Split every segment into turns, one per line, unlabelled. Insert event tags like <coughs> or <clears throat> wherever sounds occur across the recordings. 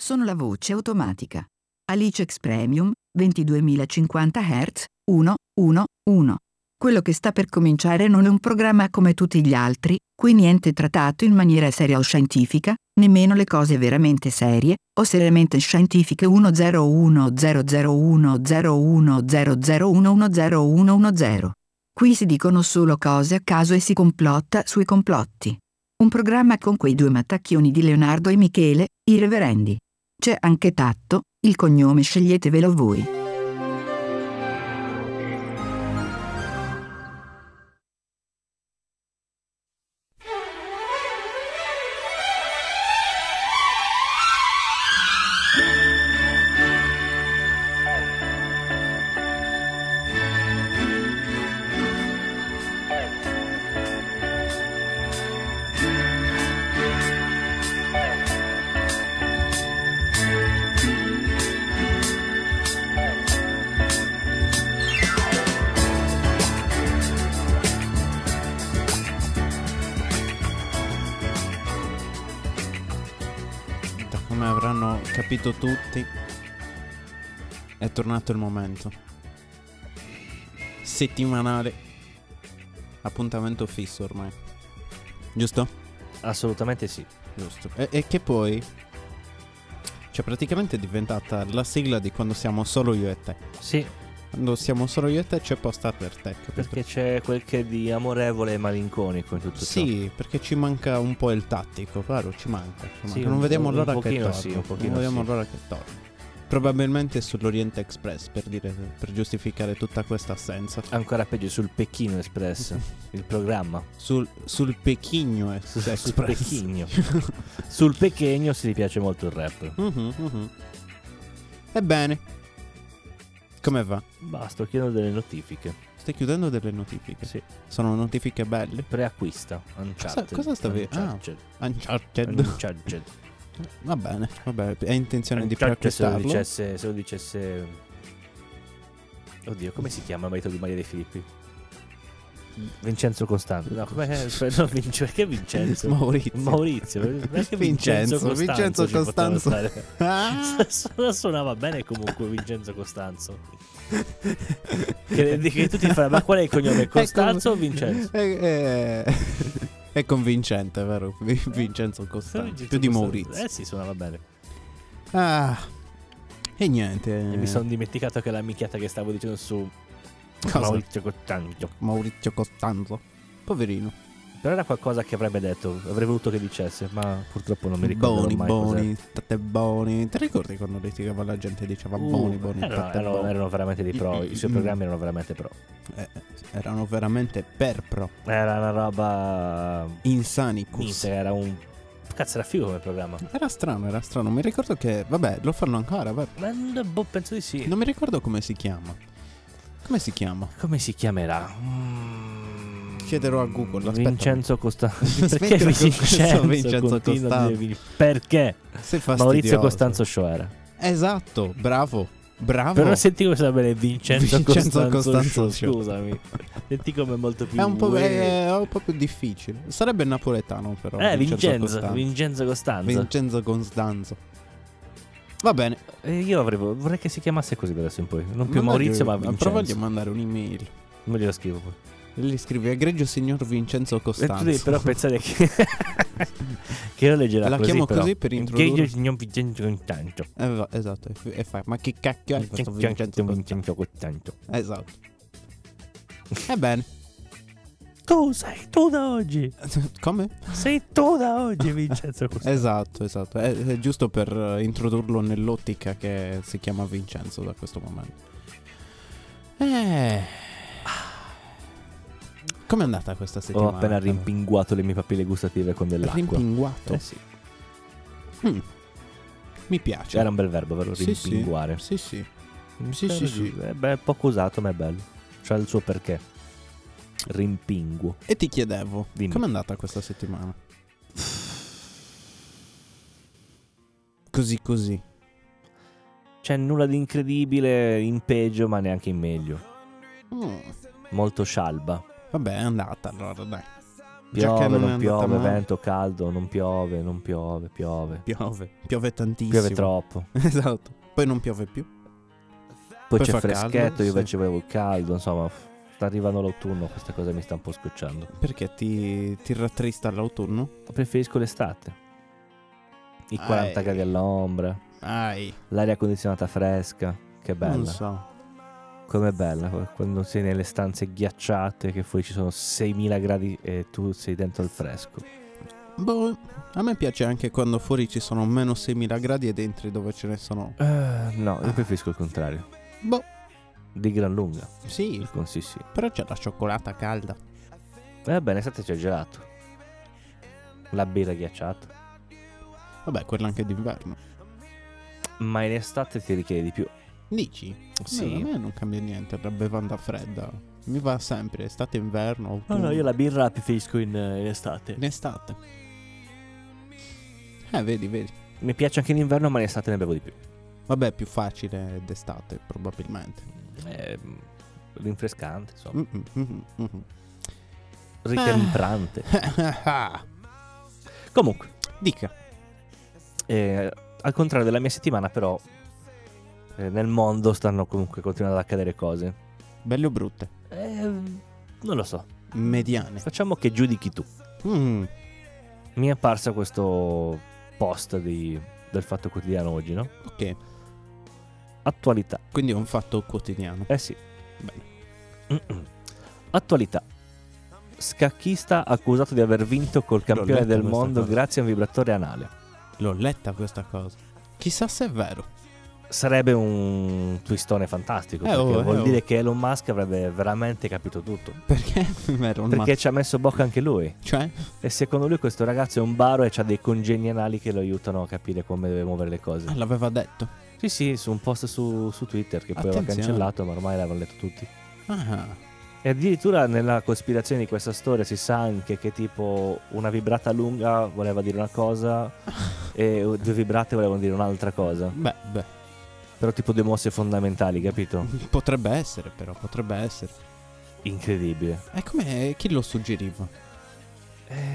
sono la voce automatica. Alicex Premium 22.050 Hz 1, 1, 1. Quello che sta per cominciare non è un programma come tutti gli altri, qui niente è trattato in maniera seria o scientifica, nemmeno le cose veramente serie o seriamente scientifiche 101001010100110110110. Qui si dicono solo cose a caso e si complotta sui complotti. Un programma con quei due mattacchioni di Leonardo e Michele, i reverendi. C'è anche Tatto, il cognome sceglietevelo voi.
Da come avranno capito tutti, è tornato il momento. Settimanale. Appuntamento fisso ormai. Giusto?
Assolutamente sì.
Giusto. E, e che poi... Cioè praticamente è diventata la sigla di quando siamo solo io e te.
Sì,
Quando siamo solo io e te c'è posta per te. capito?
perché c'è quel che di amorevole e malinconico in tutto ciò.
Sì, perché ci manca un po' il tattico, claro, ci manca. ci manca.
Sì,
non
un-
vediamo
un
l'ora che
pochino
torna.
sì, un pochino
non vediamo
sì.
l'ora che torna. Probabilmente sull'Oriente Express per, dire, per giustificare tutta questa assenza.
Ancora peggio sul Pechino Express,
<laughs>
il programma.
Sul, sul
<laughs>
Pechino Ex-
Sul,
Express.
sul Pechino. sul Pechegno si piace molto il rap.
Mhm, mhm. Ebbene, come va?
Basta, chiedo delle notifiche.
Stai chiudendo delle notifiche.
Sì.
Sono notifiche belle.
Preacquista. Uncharted.
cosa stavi- ah. Eh,
Uncharted.
Uncharted.
Uncharted.
<laughs> Va bene, va bene. È intenzione di
Uncharted se lo
preacquistarlo.
dicesse... Se lo dicesse... Oddio, come si chiama il marito di Maria De Filippi? Vincenzo Costante. No, come... <laughs> no, Vince- perché Vincenzo?
<laughs> Maurizio.
Maurizio, perché
Vincenzo,
Vincenzo,
Vincenzo
Costanzo ci poteva
Costanzo.
stare?
Ah!
Su- <laughs> Suonava bene comunque Vincenzo Costanzo. <laughs> Che, che tu ti farai, ma qual è il cognome? Costanzo o Vincenzo?
È, è- è convincente, vero? Vi- Vincenzo Costanzo.
Eh, Vincenzo
Più di
Costanzo.
Maurizio.
Eh sì, suonava bene.
Ah. E niente.
E mi sono dimenticato che la minchiata che stavo dicendo su
Cosa?
Maurizio Costanzo.
Maurizio Costanzo. Poverino.
Però era qualcosa che avrebbe detto, avrei voluto che dicesse, ma purtroppo non mi ricordo
Boni,
mai
boni, state boni. Ti ricordi quando litigava la gente e diceva
cos'è. Uh,
boni, boni,
erano,
state
erano-
boni?
erano veramente dei pro, i suoi
Mm.
programmi erano veramente pro.
Eh, erano veramente per pro.
Era una roba...
Insanicus.
Minchia, era un... Cazzo, era figo come programma.
Era strano, era strano. Mi ricordo che... Vabbè, lo fanno ancora, vero?
Ma n- boh, penso di sì.
Non mi ricordo come si chiama. Come si chiama?
Come si chiamerà?
Chiederò a Google, aspetta.
Vincenzo
<laughs>
Costanzo.
Smettila
Perché
con questo <laughs>
Vincenzo,
Vincenzo
continua a dire
Costanzo.
Vin- Perché?
Sei fastidioso.
Maurizio Costanzo Shoera.
Esatto, bravo, bravo.
Però senti come sa bene Vincenzo,
boh. Vincenzo
Costanzo,
Costanzo
Shoera.
Shoera.
Scusami. senti come è molto più...
è, un po',
uè.
è- è un po' più difficile. Sarebbe napoletano, però.
Eh, Vincenzo,
Costanzo.
Vincenzo Costanzo.
Vincenzo Costanzo. Va bene.
Eh, io avrei, vorrei che si chiamasse così da adesso in poi. Non più
Mandagli-
Maurizio, ma
Prova a
Vincenzo.
mandare un'email.
Me glielo scrivo poi.
E gli scrivi egregio signor Vincenzo
E tu devi
Costanzo.
Eh, però pensare che... <laughs> che lo leggerà
La
così,
chiamo
però.
così per introdurre-
Che io signor Vincenzo Costanzo.
Eh, va- esatto, e f- e fai, ma che cacchio è questo Vincenzo
Vincenzo
Costanzo?
Vincenzo Costanzo.
Esatto. <laughs> Ebbene,
Tu sei tu da oggi.
<laughs> come?
Sei tu da oggi, Vincenzo Costanzo.
Esatto, esatto. È, è giusto per eh, introdurlo nell'ottica che si chiama Vincenzo da questo momento. Eh. Com'è andata questa settimana?
Ho appena rimpinguato le mie papille gustative con dell'acqua.
rimpinguato.
Eh sì.
Mm. Mi piace.
Cioè, era un bel verbo, vero?
certo. Sì, sì.
Rimpinguare.
Sì, sì.
Mi
Sì,
sembra
sì, sì.
giusto. Eh, beh, è poco usato, ma è bello. C'ha il suo perché. Rimpinguo.
E ti chiedevo,
Dimmi.
com'è andata questa settimana? Così così.
C'è nulla di incredibile in peggio, ma neanche in meglio.
Mm.
Molto scialba.
Vabbè, è andata allora, dai. Già che
Piove,
non è
non
andata
piove,
male.
vento caldo, non piove, non piove, piove.
Piove, piove tantissimo.
Piove troppo.
<laughs> Esatto. Poi non piove più. Poi
Poi, c'è
fa caldo,
freschetto,
sì.
io invece volevo il caldo, insomma, f- sta arrivando l'autunno, questa cosa mi sta un po' scocciando.
Perché ti, ti rattrista l'autunno?
Preferisco l'estate. I
Ah,
40
eh.
gradi all'ombra,
Ai,
l'aria condizionata fresca, che
non
bella.
so.
Com'è bella qu- quando sei nelle stanze ghiacciate che fuori ci sono 6000 gradi e tu sei dentro al fresco.
Boh, a me piace anche quando fuori ci sono meno 6000 gradi e dentro dove ce ne sono.
Eh, no,
Ah.
io preferisco il contrario.
Boh,
Di gran lunga.
sì,
Il con- Sì, Eh, sì.
però c'è la cioccolata calda.
Va bene, state c'è il gelato. La birra ghiacciata.
Vabbè, quella anche d'inverno.
Ma in estate ti richiede di più.
Dici?
Sì.
No, a me non cambia niente la bevanda fredda. Mi va sempre, estate, inverno,
No,
autunno.
no, io la birra la preferisco in, eh, in estate.
In estate. Eh, vedi, vedi.
Mi piace anche l'inverno, ma in estate ne bevo di più.
Vabbè, è più facile d'estate, probabilmente.
È mm, rinfrescante, insomma.
Mm, mm, mm, mm, <laughs>
Ritemprante.
Ah. <laughs>
mm.
Comunque,
Dica.
eh, al contrario della mia settimana, però, eh, nel mondo stanno comunque continuando ad accadere cose.
Belle o brutte?
Eh,
Ehm,
non lo so.
Mediane.
Facciamo che giudichi tu.
Mm,
Mi è apparsa questo post di- del Fatto Quotidiano oggi, no?
ok,
Attualità.
quindi è un fatto quotidiano.
Eh sì.
Bene.
Mm-mm. Attualità. Scacchista accusato di aver vinto col campione
letta
del
questa
mondo
cosa.
grazie a un vibratore anale.
L'ho letta questa cosa. Chissà se è vero. <laughs>
Sarebbe un twistone fantastico.
Eh,
perché
oh, eh,
vuol
oh.
dire che Elon Musk avrebbe veramente capito tutto.
Perché è vero? un
Perché
mazzo.
ci ha messo bocca anche lui.
Cioè,
E secondo lui questo ragazzo è un baro e ha dei congegni anali che lo aiutano a capire come deve muovere le cose.
ah, l'aveva detto.
Sì, sì, su un post su, su Twitter che poi aveva
Attenzione.
cancellato, ma ormai l'avevano letto tutti.
Ah,
E addirittura nella cospirazione di questa storia si sa anche che tipo una vibrata lunga voleva dire una cosa e due vibrate volevano dire un'altra cosa.
beh, beh.
Però tipo due mosse fondamentali, capito?
Potrebbe essere, però, potrebbe essere.
Incredibile.
E come chi lo suggeriva?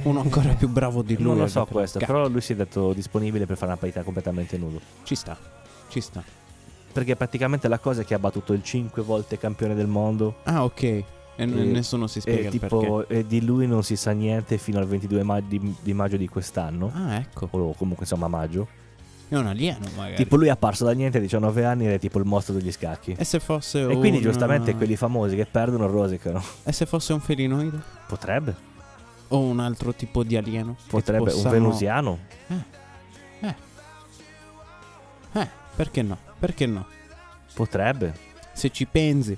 Uno ancora più bravo di lui.
Non Eh, lo
eh,
so
però,
questo,
cacchio,
però lui si è detto disponibile per fare una parità completamente nudo.
Ci sta, ci sta.
Perché praticamente la cosa è che ha battuto il 5 volte campione del mondo
Ah, ok. E n-
Eh,
nessuno si spiega
e,
il perché.
tipo, e di lui non si sa niente fino al 22 ma- di, di maggio di quest'anno.
Ah, ecco.
O comunque insomma a maggio.
È un alieno, magari.
Tipo lui è apparso da niente a 19 anni ed è tipo il mostro degli scacchi.
E se fosse
E quindi
un- eh,
giustamente quelli famosi che perdono rosicano.
E se fosse un felinoide?
Potrebbe,
O un altro tipo di alieno? che
potrebbe,
possano-
un venusiano.
Eh, perché no? Perché no?
Potrebbe,
Se ci pensi,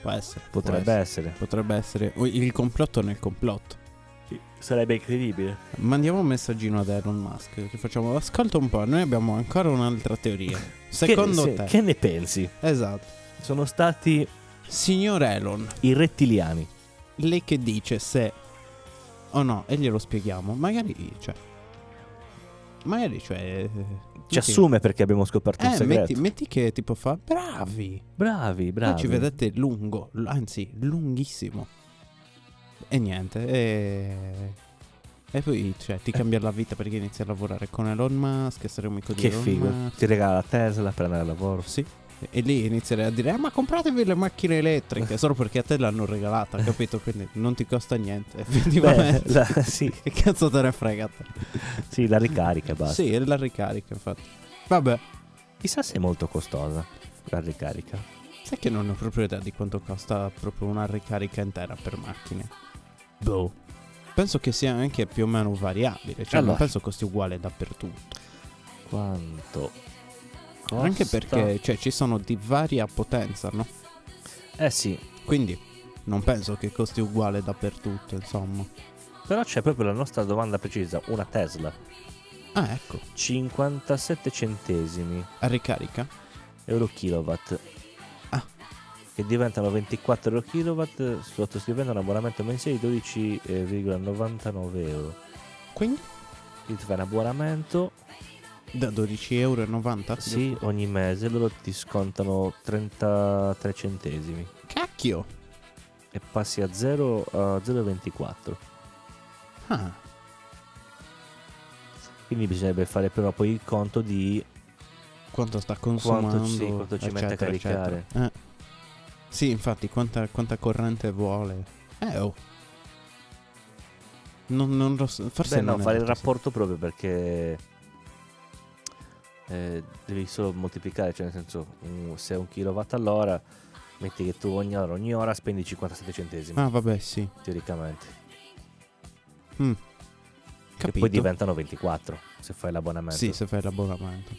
può essere. può
potrebbe
essere.
essere.
Potrebbe essere. O Il complotto nel complotto.
Sì, Sarebbe incredibile.
Mandiamo un messaggino ad Elon Musk. Che facciamo? Ascolta un po', noi abbiamo ancora un'altra
<laughs>
teoria. Secondo
che, se-
te?
che ne pensi?
Esatto.
Sono stati
Signor Elon,
i rettiliani.
lei che dice se o no, e glielo spieghiamo, magari cioè magari cioè
Ci assume perché abbiamo scoperto un
Eh,
segreto.
metti, metti che tipo fa bravi.
Bravi,
Voi
bravi.
ci vedete lungo, l- anzi lunghissimo. E niente, e e poi cioè,
Eh.
ti cambia la vita perché inizi a lavorare con Elon Musk, essere un amico di
che
Elon
figo.
Musk.
Ti regala la Tesla per andare al lavoro.
Sì. E lì inizierai a dire, "Ah, ma compratevi le macchine elettriche, solo perché a te l'hanno
<laughs>
regalata, capito? Quindi non ti costa niente,
Beh,
effettivamente.
Eh, la, sì,
<laughs> Che cazzo te ne frega a te?
sì, la ricarica e basta.
Sì, è la ricarica, infatti. Vabbè,
Chissà se è molto costosa la ricarica.
sai che non ho proprio idea di quanto costa proprio una ricarica intera per macchine.
Boh.
Penso che sia anche più o meno variabile, cioè non
Allora.
penso costi uguale dappertutto.
Quanto? costa?
Anche perché cioè, ci sono di varia potenza, no?
Eh sì,
Quindi non penso che costi uguale dappertutto, insomma.
Però c'è proprio la nostra domanda precisa, una Tesla,
Ah, ecco,
57 centesimi
a ricarica?
euro kilowatt.
Ah.
Che diventano 24 euro kilowatt sottoscrivendo un abbonamento mensile di 12,99 euro.
Quindi
Quindi ti fai un abbonamento,
da 12,90 euro?
sì, ogni mese loro ti scontano 33 centesimi
Cacchio!
e passi a 0 a 0,24.
Ah,
Quindi bisognerebbe fare però poi il conto di
quanto sta consumando?
sì, quanto ci mette a
eccetera,
caricare.
eccetera. Eh. Sì, infatti, quanta, quanta corrente vuole. Eh, oh. Non, non lo so, forse
Beh, no,
non è
fare il
detto, sì.
rapporto proprio perché eh, devi solo moltiplicare, cioè nel senso un- se è un kilowatt all'ora metti che tu ogni ora, ogni ora spendi 57 centesimi
Ah, vabbè, sì. Mm.
teoricamente
Capito.
e poi diventano 24 se fai l'abbonamento.
Sì, se fai l'abbonamento.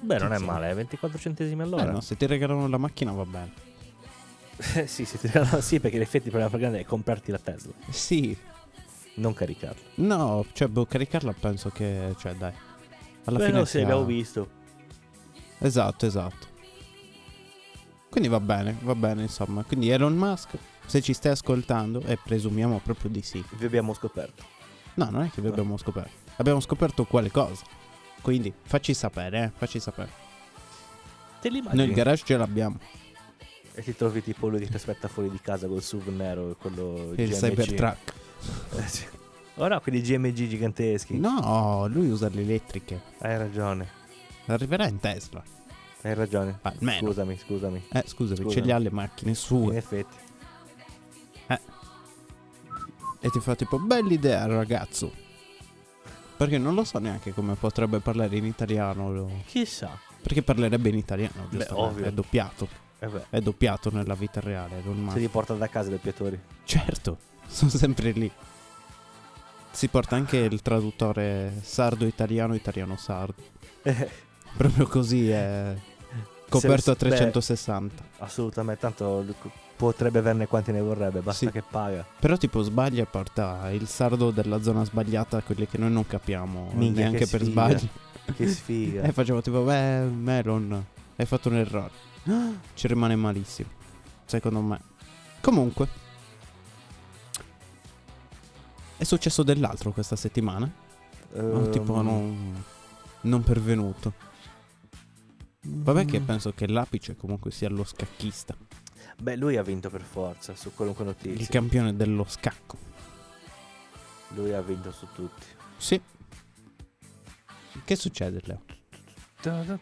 Beh non è
sì.
male, eh, 24 centesimi
Eh,
all'ora.
no, se ti regalano la macchina va bene.
<laughs> Eh, sì, sì, ti regalano- sì, perché in effetti il problema più grande è comprarti la Tesla,
Sì,
non caricarla.
no, cioè, boh, caricarla penso che, cioè, dai. Alla
Però
fine
se
sia-
abbiamo visto.
Esatto, esatto. Quindi va bene, va bene, insomma. Quindi Elon Musk, se ci stai ascoltando, e presumiamo proprio di sì.
Vi abbiamo scoperto.
No, non è che vi abbiamo scoperto. Abbiamo scoperto quale cosa. Quindi facci sapere, eh, facci sapere.
Te li
Noi il
immagini?
garage ce l'abbiamo.
e ti trovi tipo lui che ti aspetta fuori di casa col SUV nero e quello
Il
GMC.
Cybertruck.
Eh, sì. Oh no, quelli GMG giganteschi.
No, lui usa le elettriche.
Hai ragione,
Arriverà in Tesla.
hai ragione.
Almeno.
Scusami, scusami.
Eh, scusami,
Scusa. Eh.
ce li ha le macchine
In
sue.
effetti.
E ti fa tipo, bella idea, ragazzo. Perché non lo so neanche come potrebbe parlare in italiano. lo-
Chissà.
Perché parlerebbe in italiano, giustamente.
ovvio.
È doppiato.
Eh beh,
È doppiato nella vita reale, Elon
se
Musk.
li porta da casa i doppiatori.
Certo, <laughs> sono sempre lì. Si porta anche il traduttore sardo-italiano,
<laughs>
italiano-sardo. Proprio così è coperto a
beh,
360.
Assolutamente, tanto lui co- potrebbe averne quanti ne vorrebbe, basta
Sì.
che paga.
Però tipo sbaglia e porta il sardo della zona sbagliata, quelli che noi non capiamo
Minchia,
neanche
che
per
sfiga.
sbaglio.
Che
<laughs>
sfiga.
E facevo tipo, beh, Melon, hai fatto un errore. <gasps> Ci rimane malissimo, secondo me. Comunque, è successo dell'altro questa settimana. Un
Ehm,
tipo non, non pervenuto. Vabbè
Mm.
che penso che l'apice comunque sia lo scacchista.
Beh, lui ha vinto per forza su qualunque
Il
notizia.
campione dello scacco.
Lui ha vinto su tutti.
Sì. Che succede
<laughs>
Leo?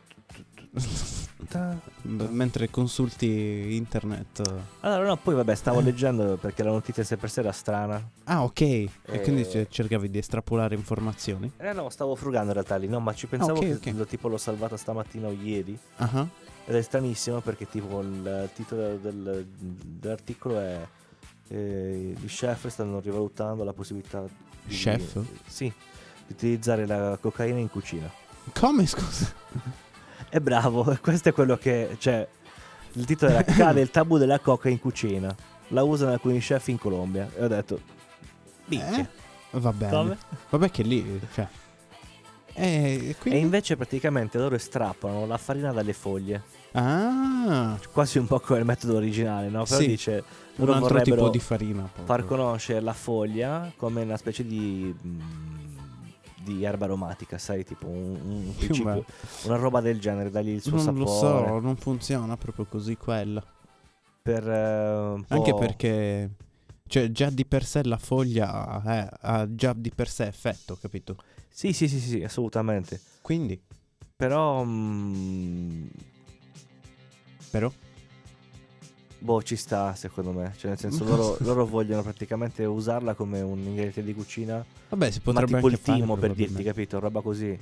M- Mentre consulti internet. eh.
Allora, no, poi vabbè, stavo leggendo perché la notizia se per sé era strana.
Ah ok. E
Eh.
quindi ce- cercavi di estrapolare informazioni.
Eh no, stavo frugando in realtà lì, no, ma ci pensavo
Ah, ok,
che
ok.
lo- tipo l'ho salvata stamattina o ieri.
Ah ah.
Ed è stranissimo perché tipo il titolo del- dell'articolo è eh, I chef stanno rivalutando la possibilità di,
Chef?
Sì, di utilizzare la cocaina in cucina.
Come scusa?
È bravo, <laughs> questo è quello che... Cioè, il titolo
<laughs>
era Cade il tabù della coca in cucina. La usano alcuni chef in Colombia. E ho detto... Minchia.
Eh? Va bene.
Come?
Vabbè che lì... Cioè. Eh,
E
quindi...
invece praticamente loro strappano la farina dalle foglie.
Ah.
Quasi un po' come il metodo originale, no? Però
Sì,
dice...
Un
loro
altro tipo
vorrebbero-
di farina. proprio.
far conoscere la foglia come una specie di mm, di erba aromatica, sai, tipo un, un- un
Più o meno.
una roba del genere, dagli il suo
non
sapore
lo so, non funziona proprio così quella.
per eh, un po'
Anche perché, cioè, già di per sé la foglia eh, ha già di per sé effetto, capito?
Sì, sì, sì, sì, assolutamente.
Quindi,
Però mm,
però,
boh, ci sta, secondo me, cioè
<laughs>
nel senso loro, loro vogliono praticamente usarla come un ingrediente di cucina,
vabbè, si
ma
potrebbe
tipo
anche
il
fare,
timo per dirti,
probabilmente.
capito? Roba così.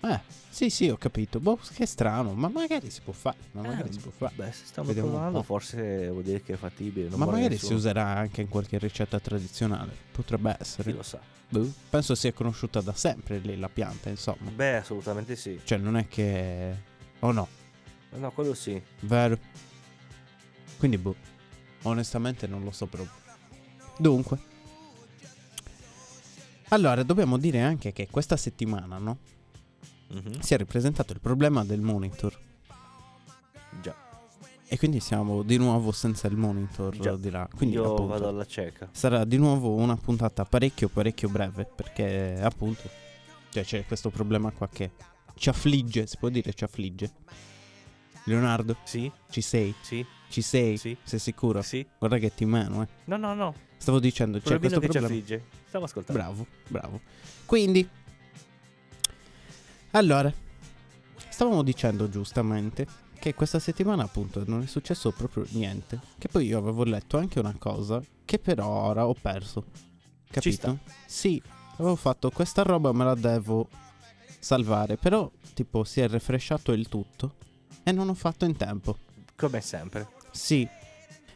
Eh, sì, sì, ho capito. Boh, che strano, ma magari si può fare, ma magari
Eh,
si può fare.
Beh, se stanno
Vediamo un
provando,
po'.
forse vuol dire che è fattibile, non
Ma
muore
magari si
nessuno.
userà anche in qualche ricetta tradizionale. Potrebbe
Chi
essere.
lo sa.
Boh. Penso sia conosciuta da sempre lì la pianta, insomma.
Beh, assolutamente sì.
Cioè, non è che... Oh no,
No, quello sì.
Vero. Quindi, boh. Onestamente non lo so proprio. Dunque. Allora, dobbiamo dire anche che questa settimana, no?
Mhm,
Si è ripresentato il problema del monitor.
Già.
E quindi siamo di nuovo senza il monitor
Già.
di là. Quindi,
Io
appunto,
vado alla cieca.
sarà di nuovo una puntata parecchio, parecchio breve. Perché, appunto, cioè, c'è questo problema qua che ci affligge. Si può dire ci affligge. Leonardo,
Sì,
ci sei?
sì,
Ci sei?
Sì.
Sei sicuro?
sì.
Guarda che ti mano, eh.
No, no, no.
Stavo dicendo, c'è
Problema
questo
che ci
problema.
affligge. stiamo ascoltando.
Bravo, bravo. Quindi, allora, stavamo dicendo giustamente che questa settimana appunto non è successo proprio niente. Che poi io avevo letto anche una cosa che però ora ho perso.
Ci sta.
Capito? Sì, avevo fatto questa roba me la devo salvare, però tipo si è refresciato il tutto e non ho fatto in tempo.
Come sempre.
Sì,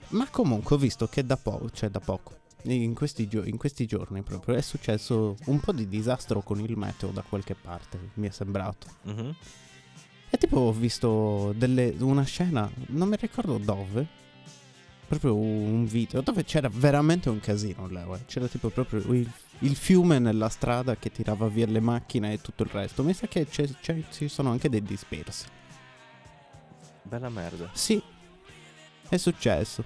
ma comunque ho visto che da poco, cioè da poco, in questi, gio- in questi giorni proprio, è successo un po' di disastro con il meteo da qualche parte, mi è sembrato.
Mhm.
E tipo ho visto delle- una scena, non mi ricordo dove, proprio un video, dove c'era veramente un casino, Leo. eh. C'era tipo proprio il, il fiume nella strada che tirava via le macchine e tutto il resto. Mi sa che c'è- c'è- ci sono anche dei dispersi.
Bella merda.
Sì, è successo.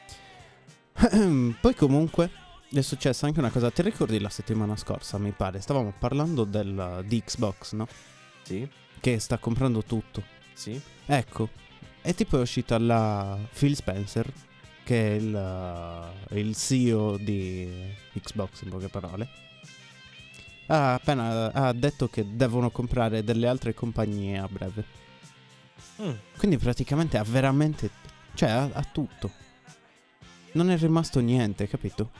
<clears throat> Poi comunque è successa anche una cosa, ti ricordi la settimana scorsa, mi pare, stavamo parlando del, di Xbox, no?
Sì,
Che sta comprando tutto.
sì.
Ecco, e tipo è uscita la Phil Spencer, che è il, eh, il CEO di Xbox in poche parole. Ha appena ha detto che devono comprare delle altre compagnie a breve.
Mm.
Quindi praticamente ha veramente... Cioè ha, ha tutto. Non è rimasto niente, capito?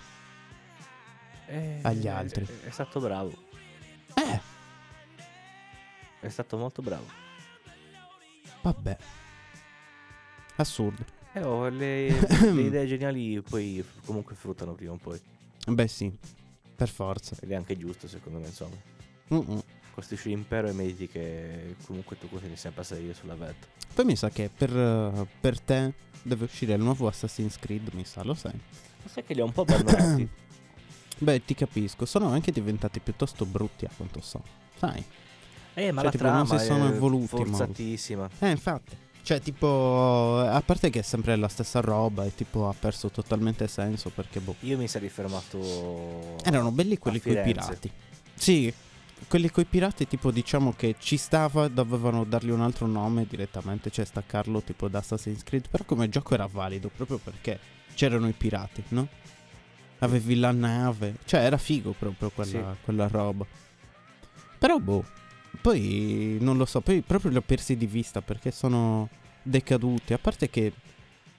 Eh,
Agli altri.
È, è stato bravo.
Eh,
È stato molto bravo.
vabbè. Assurdo.
Eh,
<coughs>
oh, le, le idee geniali poi f- comunque fruttano prima o poi.
Beh sì, per forza.
Ed è anche giusto, secondo me, insomma.
Mm-mm.
Costruisci l'impero e meriti che comunque tu continui sempre a salire sulla vetta.
Poi mi sa che per, eh, per te deve uscire il nuovo Assassin's Creed, mi sa, lo sai.
Ma sai che li ho un po' <coughs> abbandonati?
Beh, ti capisco, sono anche diventati piuttosto brutti a quanto so. Sai.
eh, ma
Cioè,
la
tipo,
trama
non si sono
è
evoluti molto.
forzatissima.
Eh, infatti. Cioè, tipo, a parte che è sempre la stessa roba e tipo ha perso totalmente senso perché, boh,
Io mi sarei fermato...
Erano belli quelli
a
coi
Firenze.
pirati. Sì, quelli coi pirati, tipo, diciamo che ci stava, dovevano dargli un altro nome direttamente, cioè staccarlo tipo da Assassin's Creed. Però come gioco era valido proprio perché c'erano i pirati, no? Avevi la nave, cioè era figo proprio quella, quella roba. Però boh, poi non lo so, poi proprio li ho persi di vista perché sono decaduti. A parte che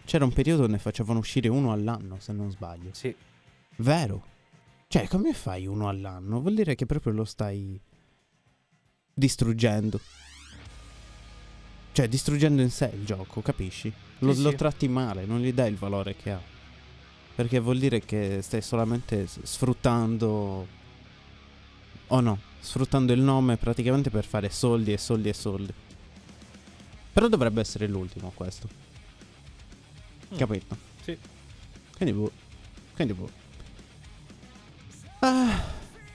c'era un periodo ne facevano uscire uno all'anno, se non sbaglio.
Sì,
Vero. Cioè, come fai uno all'anno? Vuol dire che proprio lo stai distruggendo. Cioè, distruggendo in sé il gioco, capisci? Lo,
Sì,
lo
sì.
tratti male, non gli dai il valore che ha. Perché vuol dire che stai solamente s- sfruttando... O no, sfruttando il nome praticamente per fare soldi e soldi e soldi. Però dovrebbe essere l'ultimo questo.
Mm.
Capito?
Sì.
Quindi boh. Quindi boh. Ah,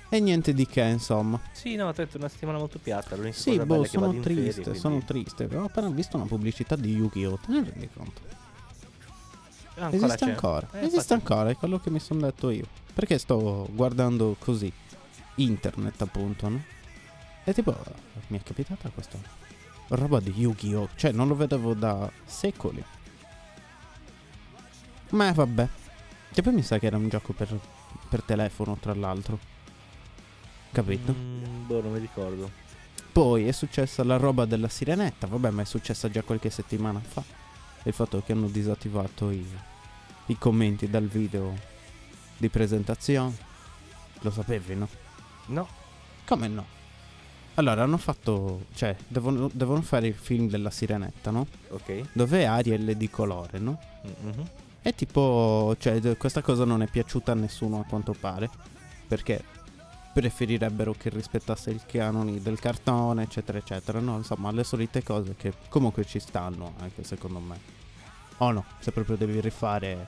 e niente di che, insomma.
sì no, ho detto, è una settimana molto piatta. L'unica
Sì,
cosa
boh,
bella è che
sono
vado in
triste,
ferie, quindi-
sono triste. Ho appena visto una pubblicità di Yu-Gi-Oh! Te ne rendi conto?
Ah, ancora
Esiste
c'è.
ancora.
Eh,
Esiste
infatti.
ancora, è quello che mi sono detto io. Perché sto guardando così internet, appunto, no? E tipo, mi è capitata questa roba di Yu-Gi-Oh! Cioè, non lo vedevo da secoli. Ma vabbè. Che poi mi sa che era un gioco per, per telefono, tra l'altro. Capito?
Mm, boh, non mi ricordo.
Poi è successa la roba della sirenetta, vabbè, ma è successa già qualche settimana fa. Il fatto che hanno disattivato i, i commenti dal video di presentazione. Lo sapevi, no?
No,
Come no? Allora, hanno fatto. cioè, devono, devono fare il film della sirenetta, no?
ok.
Dove Ariel è di colore, no?
Mhm.
E tipo, cioè, d- questa cosa non è piaciuta a nessuno a quanto pare, perché preferirebbero che rispettasse i canoni del cartone, eccetera, eccetera, no? Insomma, le solite cose che comunque ci stanno, anche secondo me. Oh no, se proprio devi rifare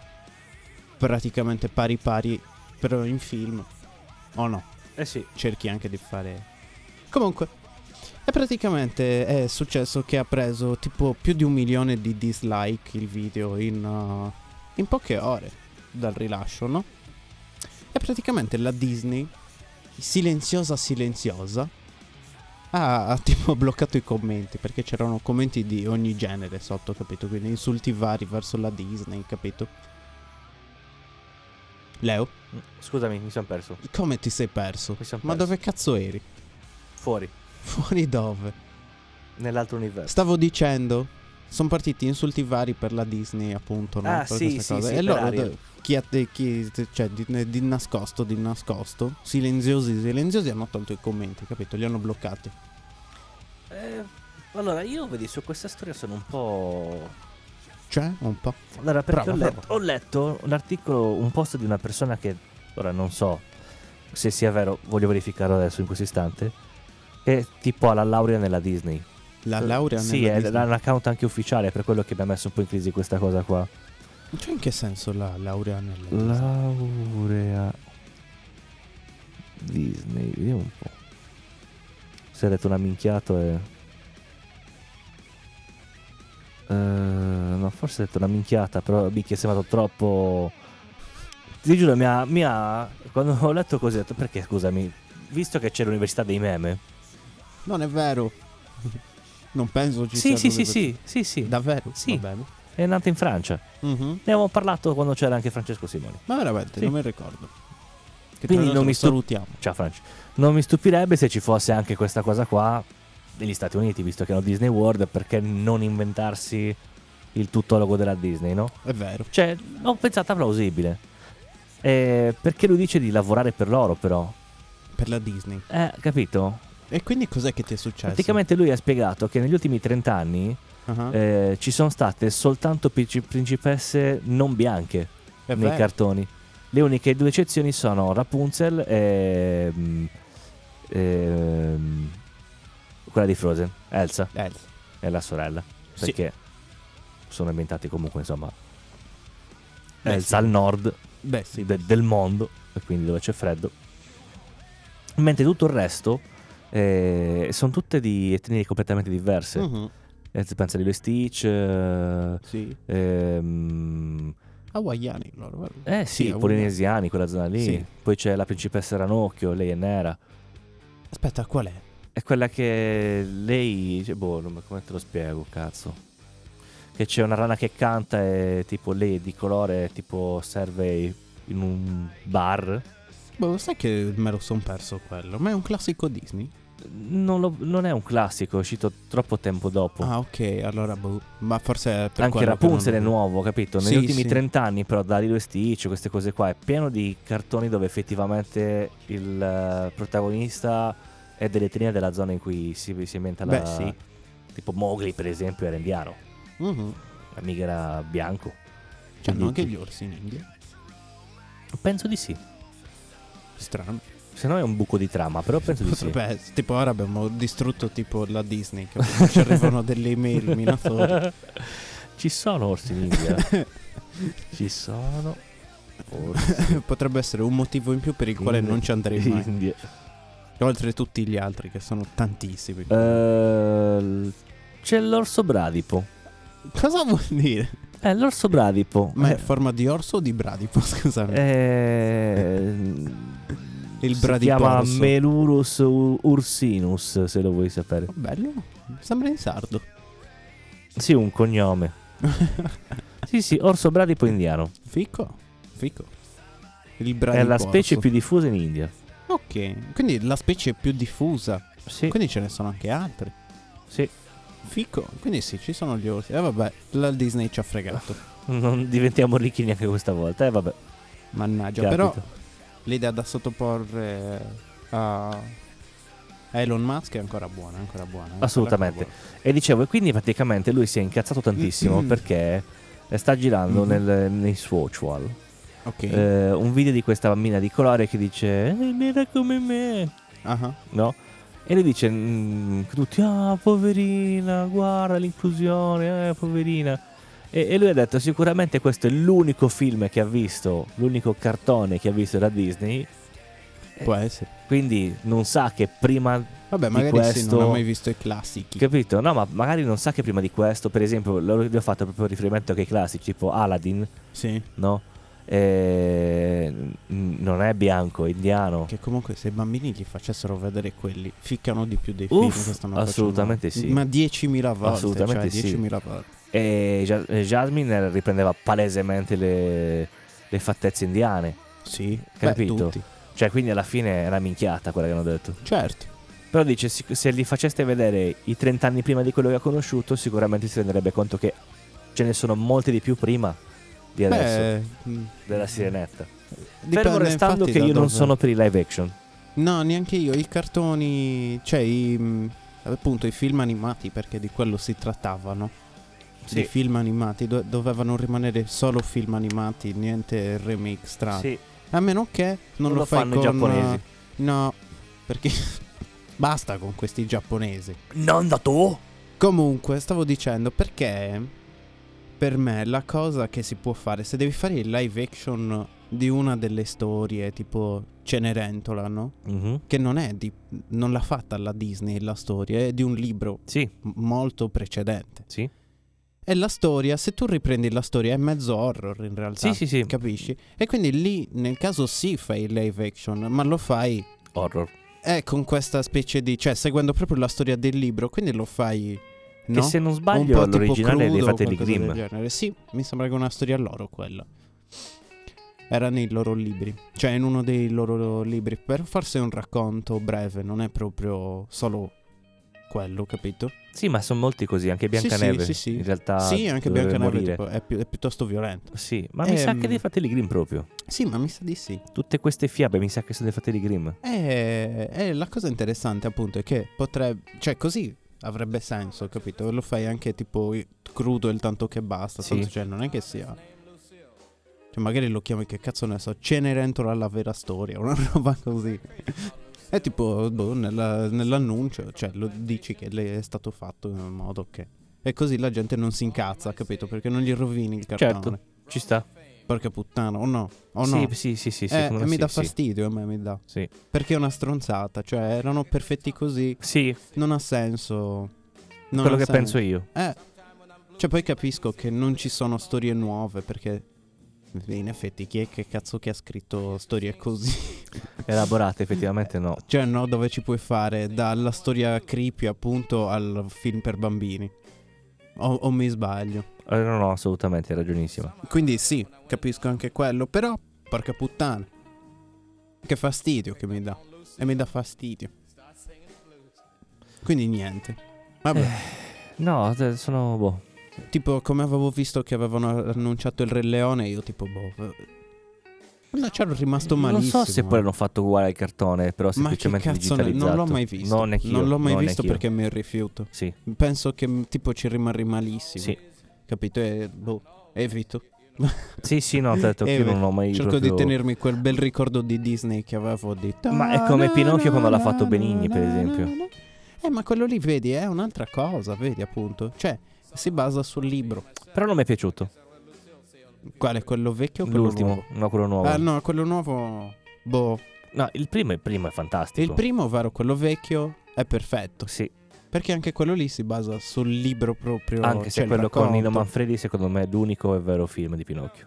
praticamente pari pari, però in film, oh no
Eh sì,
cerchi anche di fare. Comunque, è praticamente è successo che ha preso tipo più di un milione di dislike il video in, uh, in poche ore dal rilascio, no? E praticamente la Disney, silenziosa silenziosa, ha, ha tipo <laughs> bloccato i commenti perché c'erano commenti di ogni genere sotto, capito? Quindi insulti vari verso la Disney, capito? Leo,
Mm, Scusami, mi sono perso.
come ti sei perso?
Mi son
Ma
perso.
dove cazzo eri?
Fuori,
Fuori dove?
nell'altro universo.
Stavo dicendo, sono partiti insulti vari per la Disney, appunto, no?
Ah,
Per
sì,
queste
sì,
cose.
sì,
e
per
loro,
Ariel.
d- chi, ha- chi- cioè, di, di nascosto, di nascosto, silenziosi, silenziosi, hanno tolto i commenti, capito? Li hanno bloccati.
Eh, allora, io vedi, su questa storia sono un po'.
Cioè, un po'.
Allora, perché
Brava,
ho,
brava.
letto, ho letto un articolo, un post di una persona che ora non so se sia vero, voglio verificarlo adesso in questo istante. Che tipo ha la laurea nella Disney.
La laurea
Eh, Sì,
nella
è
Disney.
ha un account anche ufficiale, per quello che mi ha messo un po' in crisi questa cosa qua.
Cioè, in che senso la laurea nella Disney?
Laurea Disney, vediamo un po'. Se hai detto una minchiata e... Eh, no, forse ho detto una minchiata, però mi è sembrato troppo... Ti giuro, mi ha, mi ha... Quando ho letto così ho detto, perché scusami, visto che c'è l'università dei meme...
Non è vero. Non penso ci sia dove-
sì, sì.
Davvero?
Sì.
Va bene.
È nata in Francia. Ne
Mhm.
avevamo parlato quando c'era anche Francesco Simoni.
Ma veramente,
Sì.
non mi ricordo. Che
Quindi
tra l'altro
non mi sto-
salutiamo.
Ciao Franci. Non mi stupirebbe se ci fosse anche questa cosa qua negli Stati Uniti, visto che hanno Disney World, perché non inventarsi il tuttologo della Disney, no?
È vero.
Cioè, l'ho pensata plausibile. Eh, perché lui dice di lavorare per loro, però.
Per la Disney.
Eh, capito?
E quindi cos'è che ti è successo?
Praticamente lui ha spiegato che negli ultimi 30 anni
Ah,
eh, ci sono state soltanto princi- principesse non bianche
è
nei
vero.
cartoni. Le uniche due eccezioni sono Rapunzel e. mm, ehm, quella di Frozen, Elsa
Eh,
è la sorella.
Sì.
Perché sono ambientati comunque, insomma.
Beh,
Elsa
Eh, sì.
al nord
Beh, sì.
de- del mondo, e quindi dove c'è freddo. Mentre tutto il resto eh, sono tutte di etnie completamente diverse.
Mhm,
Eh, si pensa di Lilo e Stitch. eh,
sì.
ehm,
Hawaiani loro. vero?
eh sì,
Hawaii-
polinesiani, quella zona lì.
Sì.
Poi c'è la principessa Ranocchio, lei è nera.
Aspetta, qual è?
È quella che lei... cioè, boh, non- come te lo spiego, cazzo? Che c'è una rana che canta e tipo lei è di colore, tipo serve in un bar.
Boh, sai che me lo son perso quello. Ma è un classico Disney?
Non, lo- non è un classico, è uscito troppo tempo dopo.
Ah, ok. Allora, boh. Ma forse è per
Anche
quello che
Rapunzel
non-
è nuovo, capito? Negli
Sì,
ultimi
sì.
30 anni però da Lilo e Stitch, queste cose qua, è pieno di cartoni dove effettivamente il eh, protagonista è dell'etnia della zona in cui si, si inventa la...
Beh, sì.
Tipo Mowgli per esempio era indiano,
Mhm.
la mica era bianco.
C'hanno anche
Quindi-
gli orsi in India.
Penso di sì,
Strano.
se no è un buco di trama, però penso di sì.
Potrebbe essere. Tipo ora abbiamo distrutto tipo la Disney. Capito? Ci arrivano delle
<laughs>
email minatori.
Ci sono orsi in
<laughs>
India. Ci sono orsi
Potrebbe essere un motivo in più per il quale
in
non ci andrei mai.
India.
Oltre tutti gli altri che sono tantissimi.
Eh, c'è l'orso bradipo.
Cosa vuol dire?
Eh, l'orso bradipo.
Ma è
Eh,
forma di orso o di bradipo? <laughs> Scusami.
ehm,
Il
si
bradipo
chiama
orso.
Melurus u- ursinus, se lo vuoi sapere.
Bello. Sembra in sardo.
Sì, un cognome.
<laughs>
sì, sì, orso bradipo indiano.
Fico. Fico. Il
è
bradipo.
la specie
orso.
più diffusa in India.
Ok. Quindi la specie più diffusa.
Sì,
Quindi ce ne sono anche altri.
sì.
Fico. Quindi sì, ci sono gli orsi. E vabbè, la Disney ci ha fregato.
Non diventiamo ricchi neanche questa volta. Eh, vabbè.
Mannaggia.
capita.
Però l'idea da sottoporre a a Elon Musk è ancora buona. È ancora buona. è ancora
Assolutamente.
buona.
E dicevo, e quindi praticamente lui si è incazzato tantissimo
Mm.
perché sta girando
Mhm.
nel- nei social
Ok.
eh, un video di questa bambina di colore che dice "Eh, nera come me,
Ah,
no? E lui dice "Mm", tutti ah poverina, guarda l'inclusione, eh, poverina. E, e lui ha detto sicuramente questo è l'unico film che ha visto, l'unico cartone che ha visto da Disney,
Può essere.
quindi non sa che prima
Vabbè,
eh, di
magari sì, non
questo-
ho mai visto i classici.
Capito? No, ma magari non sa che prima di questo, per esempio, loro gli ho fatto proprio riferimento anche ai classici, tipo Aladdin,
Sì.
no? Eh, n- non è bianco, è indiano.
Che comunque se i bambini gli facessero vedere quelli, ficcano di più dei
Uff,
film che stanno
assolutamente
facendo.
sì.
Ma 10.000 volte.
Assolutamente
cioè,
sì.
10.000 volte.
E Ja- Jasmine riprendeva palesemente le, le fattezze indiane.
Sì, beh,
Capito.
tutti.
Cioè, quindi alla fine era minchiata quella che hanno detto.
Certo.
Però dice, sic- se li faceste vedere i 30 anni prima di quello che ha conosciuto, sicuramente si renderebbe conto che ce ne sono molti di più prima di adesso,
Beh, mh,
della sirenetta.
dipende
Fermo restando
infatti
che
da
io non
dove-
sono per i live action.
No, neanche io, i cartoni, cioè i, mh, appunto i film animati, perché di quello si trattavano.
Sì.
I film animati do- dovevano rimanere solo film animati, niente remake strano.
Sì,
A meno che non,
non lo
fai
fanno i
con,
giapponesi.
eh, No, perché <laughs> basta con questi giapponesi.
Non da tu?
Comunque, stavo dicendo perché per me la cosa che si può fare, se devi fare il live action di una delle storie, tipo Cenerentola, no? Che non è di. non l'ha fatta la Disney la storia, è di un libro
Sì,
m- molto precedente.
sì.
E la storia, se tu riprendi la storia, è mezzo horror in realtà.
Sì, sì, sì.
Capisci? E quindi lì, nel caso, sì, fai il live action, ma lo fai
Horror.
eh, con questa specie di. cioè, seguendo proprio la storia del libro, quindi lo fai. No?
Che se non
un po'
sbaglio
tipo
l'originale è dei
crudo o
fratelli
qualcosa
Grimm.
del genere. Sì, mi sembra che una storia loro quella. Era nei loro libri, cioè in uno dei loro libri, però forse è un racconto breve, non è proprio solo quello, capito?
Sì, ma sono molti così, anche
Sì, sì,
Biancaneve.
sì, sì.
In realtà
sì, anche
Ah, dovrebbe
Biancaneve
morire.
tipo, è, più- è piuttosto violento.
Sì, ma mi sa
Ehm.
che dei fratelli Grimm proprio.
Sì, ma mi sa di sì.
Tutte queste fiabe mi sa che sono dei fratelli Grimm.
E, e Eh, la cosa interessante appunto è che potrebbe, cioè così avrebbe senso, capito? Lo fai anche tipo i- crudo il tanto che basta,
Sì.
tanto, cioè non è che sia... Cioè magari lo chiami che cazzo ne so, Cenerentola la vera storia, <laughs> una roba così. È tipo, boh, nella- nell'annuncio, cioè lo dici che le è stato fatto in un modo che... E così la gente non si incazza, capito? Perché non gli rovini il cartone.
Certo. Ci sta.
Porca puttana, o no, o
sì,
no.
sì, sì, sì, sì,
Eh,
come
mi
sì,
dà
sì.
fastidio, a me mi dà.
Sì.
Perché è una stronzata, cioè erano perfetti così,
Sì,
non ha senso. Non
quello
ha
che
senso.
penso io.
Eh, cioè poi capisco che non ci sono storie nuove perché in effetti chi è che cazzo che ha scritto storie così? <laughs>
Elaborate effettivamente no.
Cioè no, dove ci puoi fare dalla storia creepy appunto al film per bambini. O, o mi sbaglio.
Eh, no, no, assolutamente, hai ragionissima.
Quindi sì, capisco anche quello, però porca puttana. Che fastidio che mi dà. E mi dà fastidio. Quindi niente. Vabbè.
No, te- sono boh.
Tipo, come avevo visto che avevano annunciato il Re Leone, io tipo, boh. No, c'ero rimasto
Non
malissimo. eh.
so se poi l'hanno fatto uguale al cartone, però
Ma che
semplicemente
cazzo ne-
digitalizzato.
non l'ho mai visto.
No, neanch'io,
non l'ho mai
no,
visto
neanch'io.
perché mi rifiuto.
Sì,
Penso che mh, tipo ci rimarrei malissimo.
sì.
Capito? E boh, evito.
Sì, sì, no, ho detto
<laughs>
che
Eh,
io non ho mai
Cerco
proprio-
di tenermi quel bel ricordo di Disney che avevo di
Ma è come Pinocchio quando l'ha fatto Benigni, per esempio.
Eh, ma quello lì, vedi, è un'altra cosa, vedi appunto. Cioè, si basa sul libro.
Però non mi è piaciuto.
Quale, quello vecchio o quello
L'ultimo,
nuovo?
no, quello nuovo.
Ah no, quello nuovo. Boh.
No, il primo, il primo è fantastico.
Il primo, ovvero quello vecchio, è perfetto.
Sì,
Perché anche quello lì si basa sul libro proprio.
anche se
cioè il
quello con
racconto.
Nino Manfredi, secondo me, è l'unico e vero film di Pinocchio.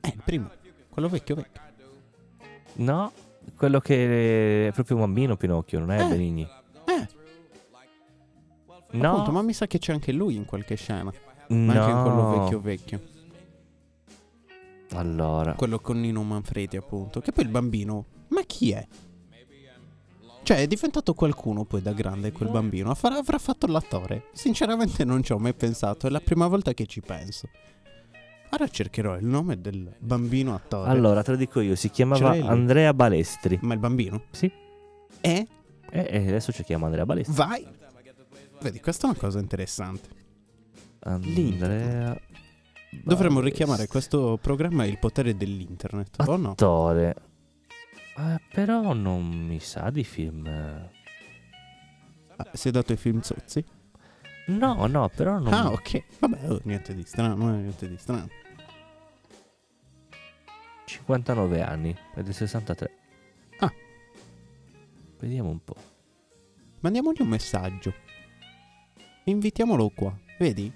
Eh, il primo. Quello vecchio, vecchio.
No, quello che è proprio un bambino Pinocchio, non è
Eh.
Benigni.
Eh,
No,
appunto, ma mi sa che c'è anche lui in qualche scena.
no.
Ma anche in quello vecchio, vecchio.
Allora,
Quello con Nino Manfredi, appunto. Che poi il bambino. Ma chi è? Cioè, è diventato qualcuno poi da grande quel bambino. Avrà, avrà fatto l'attore? Sinceramente, non ci ho mai pensato. È la prima volta che ci penso. Ora cercherò il nome del bambino attore.
allora te lo dico io, si chiamava
Ce l'hai lì?
Andrea Balestri.
Ma il bambino?
Sì.
Eh?
E e adesso ci chiama Andrea Balestri.
Vai. Vedi, questa è una cosa interessante.
Andrea
Mm. Dovremmo
Balestri.
richiamare questo programma il potere dell'internet, o no?
attore. Eh, però non mi sa di film. eh.
Ah, si è dato i film zozzi?
No, no, però non
Ah, ok. Vabbè, oh, niente di strano, eh, niente di strano.
59 anni, è del 63.
Ah.
Vediamo un po'.
Mandiamogli un messaggio. Invitiamolo qua, vedi?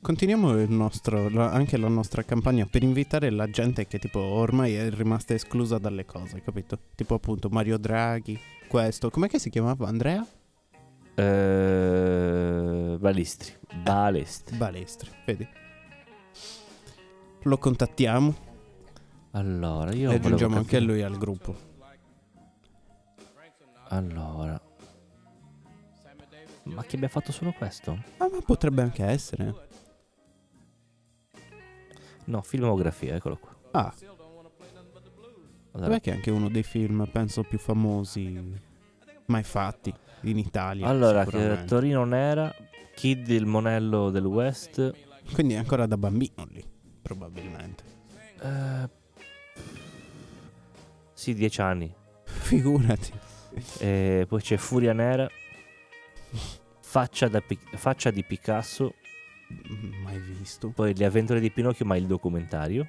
Continuiamo il nostro, la- anche la nostra campagna per invitare la gente che tipo ormai è rimasta esclusa dalle cose, capito? Tipo appunto Mario Draghi, questo, com'è che si chiamava Andrea?
Eh, Balestri. Balestri.
Balestre, vedi? Lo contattiamo.
Allora, io
E
volevo
aggiungiamo anche
capire-
lui al gruppo.
Allora. Ma che abbia fatto solo questo?
Ah, ma potrebbe anche essere.
No, filmografia, eccolo qua.
Ah,
Allora,
vabbè che è anche uno dei film, penso, più famosi mai fatti in Italia.
allora, che
sicuramente.
Torino Nera, Kid il monello del West.
Quindi è ancora da bambino lì, probabilmente. <laughs>
eh, sì, dieci anni.
Figurati.
E poi c'è Furia Nera, Faccia, da Pi- Faccia di Picasso,
Mm, Mai visto.
poi Le avventure di Pinocchio, ma il documentario.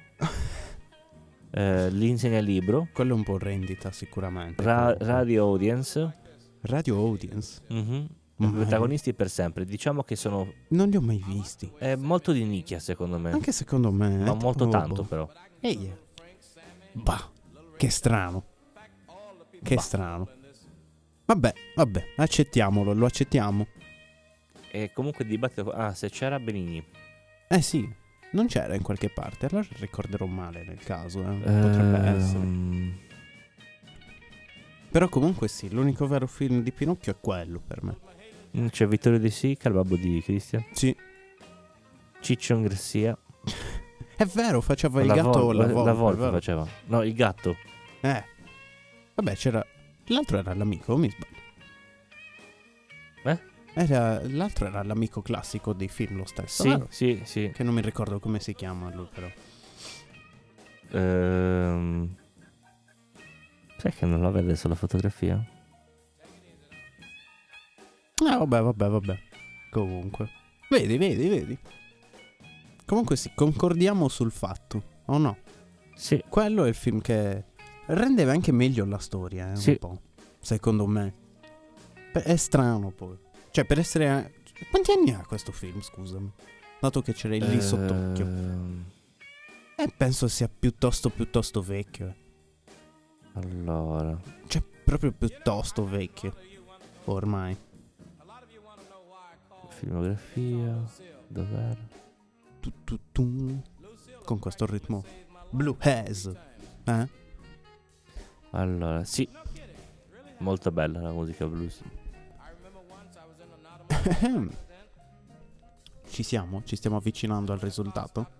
Eh, L'insegna libro,
Quello è un po' in rendita, sicuramente.
Ra-
comunque.
Radio Audience.
Radio Audience.
Mhm.
Ma-
Protagonisti per sempre. Diciamo che sono
Non li ho mai visti.
è molto di nicchia, secondo me.
Anche secondo me.
ma
eh,
molto
tipo-
tanto, però.
Ehi. eh. Bah, che strano. Che
Bah.
strano. Vabbè, vabbè, accettiamolo, lo accettiamo.
E comunque il dibattito. Ah, se c'era Benigni.
Eh sì, non c'era in qualche parte, allora ricorderò male nel caso, eh. potrebbe essere.
Ehm,
Però comunque sì, l'unico vero film di Pinocchio è quello per me.
Mm, C'è Vittorio De Sica, il babbo di Cristian.
Sì,
Ciccio Grassia.
è vero, faceva il
La
gatto o
vol-
la volpe.
la volpe
vero?
faceva. No, il gatto.
Eh. Vabbè, c'era l'altro era l'amico, o mi sbaglio.
Eh?
Era- l'altro era l'amico classico dei film lo stesso.
Sì,
vero?
sì, sì.
Che non mi ricordo come si chiama lui però.
Ehm, Sai che non la vede adesso la fotografia?
Ah, vabbè, vabbè, vabbè. Comunque. Vedi, vedi, vedi. Comunque sì, concordiamo sul fatto, o no?
Sì.
Quello è il film che rendeva anche meglio la storia, eh,
Sì.
un po', secondo me. Pe- È strano poi. Cioè, per essere... Quanti anni ha questo film, scusami? Dato che c'era il
Eh.
lì sott'occhio.
Ehm,
Eh, penso sia piuttosto, piuttosto vecchio. eh.
Allora.
Cioè, proprio piuttosto vecchio. Ormai.
Filmografia. Dov'era?
Tu, tu, tu. Con questo ritmo. Blue Haze. Eh?
Allora, sì. Molto bella la musica blues.
Ehem. Ci siamo? Ci stiamo avvicinando al risultato?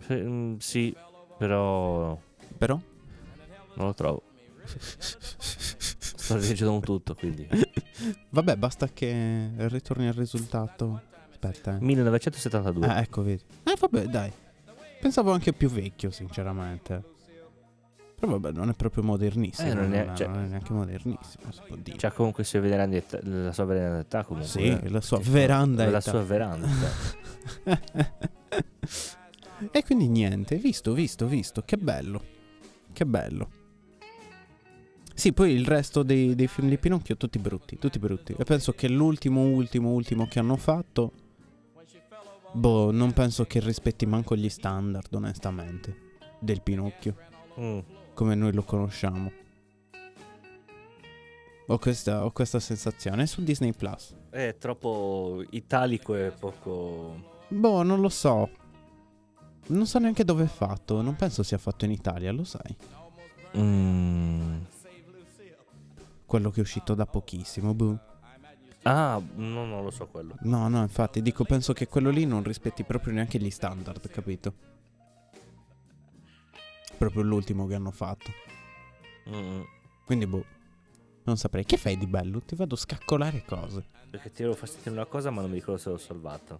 Sì, mm, sì, però
Però?
non lo trovo. Sto leggendo un
<laughs>
tutto, quindi.
Vabbè, basta che ritorni al risultato. Aspetta. eh.
1972.
Ah, ecco, vedi. Eh, vabbè, dai. Pensavo anche più vecchio, sinceramente. Però vabbè, non è proprio modernissimo.
Eh, non è-
non
cioè-
non è neanche modernissimo, si può dire.
C'ha Cioè, comunque se vedere età, la sua veranda età comunque.
sì, la sua
Che fa-
veranda
La
età.
sua veranda.
<laughs> e quindi niente, visto, visto, visto, che bello, che bello. Sì, poi il resto dei, dei film di Pinocchio tutti brutti, tutti brutti. E penso che l'ultimo, ultimo, ultimo che hanno fatto... Boh, non penso che rispetti manco gli standard, onestamente, del Pinocchio,
Mm.
come noi lo conosciamo. Ho questa, ho questa sensazione, è su Disney Plus.
È troppo italico e poco...
Boh, non lo so. Non so neanche dove è fatto. Non penso sia fatto in Italia, lo sai.
Mm.
Quello che è uscito da pochissimo. boh.
Ah, no, non lo so quello.
No, no, infatti, dico, penso che quello lì non rispetti proprio neanche gli standard, capito? Proprio l'ultimo che hanno fatto.
Mm.
Quindi, boh. Non saprei. Che fai di bello? Ti vado a scaccolare cose. <laughs>
Perché ti devo far sentire una cosa ma non mi ricordo se l'ho salvata.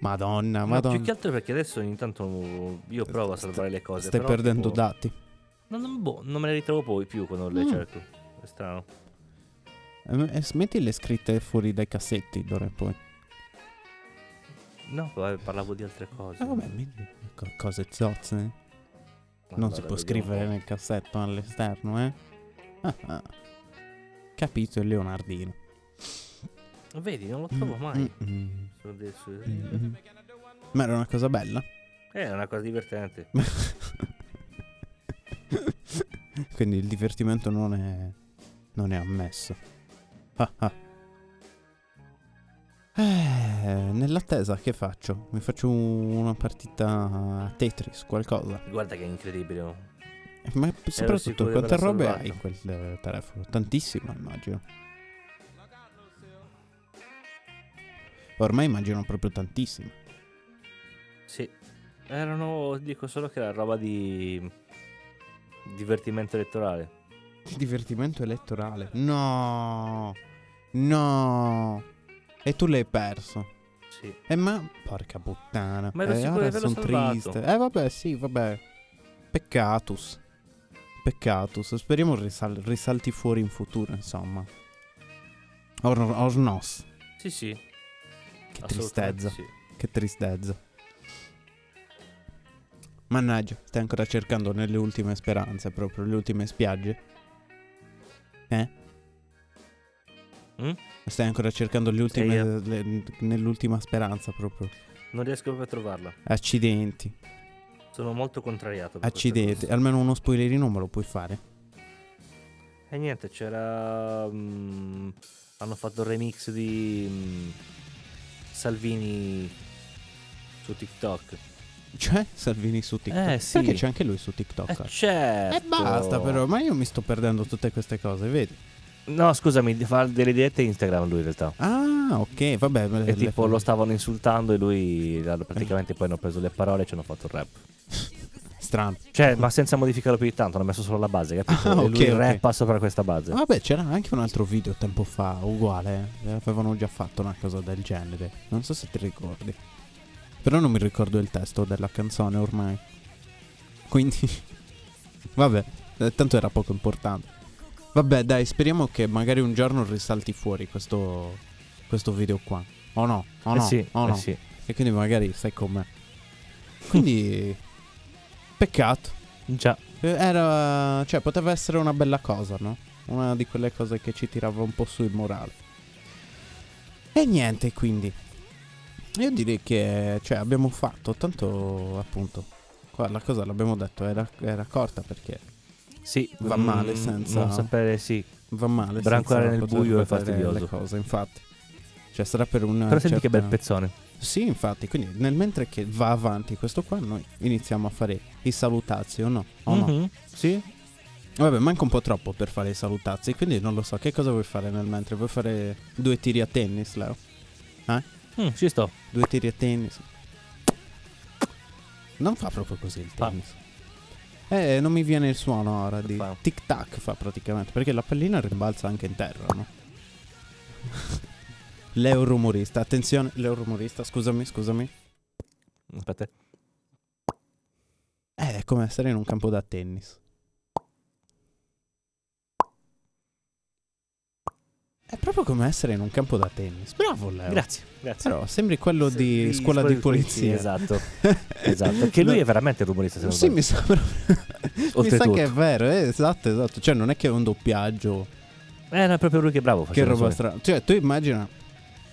Madonna,
Ma più
madonna.
che altro perché adesso ogni tanto io provo a salvare le cose.
Stai
però,
perdendo
tipo,
dati.
non, non- boh, non me le ritrovo poi più quando le
Mm.
cerco. È strano.
Eh, eh, Smetti le scritte fuori dai cassetti, d'ora in poi.
No, vabbè, parlavo di altre cose.
Eh, vabbè, mi- co- cose zozze. Non
Allora,
si può
vediamo
scrivere
un
nel cassetto all'esterno, eh? Ah, ah. Capito il Leonardino.
po'. Vedi, non lo trovo
Mm,
mai.
mm, mm,
Sono dei- su-
mm, mm. Ma era una cosa bella. <laughs>
Eh, è una cosa divertente.
Quindi il divertimento non è. non è ammesso. Ah, ah. Eh, eh, nell'attesa che faccio? Mi faccio un- una partita a Tetris, qualcosa.
Guarda che incredibile. oh.
Ma
sicuro
soprattutto
di
quante
averla
robe
salvata.
hai in quel eh, telefono? Tantissimo immagino. Ormai immagino proprio tantissimo.
Sì. Erano, dico solo che era roba di divertimento elettorale.
Divertimento elettorale. No. No. E tu l'hai perso.
Sì.
Eh ma porca puttana.
Ma ero
Eh,
sicuro
ora
di averlo
son
salvato.
triste. Eh vabbè, sì, vabbè. Peccatus. Peccatus. Speriamo risal- risalti fuori in futuro, insomma. Or, or nos.
Sì, sì.
Che
assolutamente
tristezza.
Sì.
Che tristezza. Mannaggia, stai ancora cercando nelle ultime speranze, proprio le ultime spiagge. Eh?
Mm?
Stai ancora cercando le ultime,
Sì,
le- nell'ultima speranza, proprio.
Non riesco proprio a trovarla.
Accidenti.
Sono molto contrariato. per questa
Accidenti,
cosa.
almeno uno spoilerino me lo puoi fare.
E niente, c'era. mm, hanno fatto il remix di mm, Salvini su TikTok.
Cioè, Salvini su TikTok.
Eh, sì.
Perché c'è anche lui su TikTok.
Eh, certo.
e basta, però, ma io mi sto perdendo tutte queste cose, vedi?
No, scusami, fa delle dirette Instagram lui in realtà.
Ah, ok, vabbè. me le-
E tipo
le-
lo stavano insultando e lui l'hanno- praticamente poi hanno preso le parole e ci hanno fatto il rap.
Strano.
Cioè, ma senza modificarlo più di tanto, hanno messo solo la base, capito?
Ah,
e
ok,
lui
ok. Ah,
rappa sopra questa base.
Vabbè, c'era anche un altro video tempo fa, uguale. eh, Avevano già fatto una cosa del genere. Non so se ti ricordi. Però non mi ricordo il testo della canzone ormai. Quindi. <laughs> Vabbè, eh, tanto era poco importante. Vabbè, dai, speriamo che magari un giorno risalti fuori questo. questo video qua. O no, o
eh
no,
sì,
o
eh
no.
sì.
E quindi magari stai con me.
<laughs>
Quindi. peccato.
Già.
Eh, Era. cioè, poteva essere una bella cosa, no? Una di quelle cose che ci tirava un po' su il morale. E niente, quindi. Io direi che. cioè, abbiamo fatto. Tanto, appunto. Qua la cosa l'abbiamo detto, era, era corta perché
Sì,
Va
mm,
male senza- Eh,
Non sapere, sì.
va male.
Brancolare
senza
nel
poter
buio è
vedere
fastidioso.
Le cose, infatti. Cioè, sarà per una.
Però senti che
certa-
bel pezzone.
Sì, infatti. Quindi, nel mentre che va avanti questo qua, noi iniziamo a fare i salutazzi, o no? O Oh no?
Mhm, Sì.
Vabbè, manca un po' troppo per fare i salutazzi, quindi non lo so. Che cosa vuoi fare nel mentre? Vuoi fare due tiri a tennis, Leo?
Mm, ci sto.
Due tiri a tennis. Non fa proprio così il
Fa.
tennis. Eh, non mi viene il suono ora di
Fa.
tic tac fa praticamente, perché la pallina rimbalza anche in terra, no? <laughs> Leo rumorista, attenzione, Leo rumorista, scusami, scusami.
Aspetta.
Eh, è come essere in un campo da tennis. È proprio come essere in un campo da tennis. Bravo Leo.
Grazie, grazie.
Però sembri quello di,
Sì,
scuola di polizia.
Esatto, esatto.
<laughs>
Che lui è veramente il rumorista, se non
Sì,
sbaglio.
mi sa, mi sa
esatto, Oltretutto.
che è vero, eh, esatto, esatto. Cioè, non è che è un doppiaggio.
Eh, no, è proprio lui che è bravo.
Che
faceva
roba
le sue.
strana. Cioè, tu immagina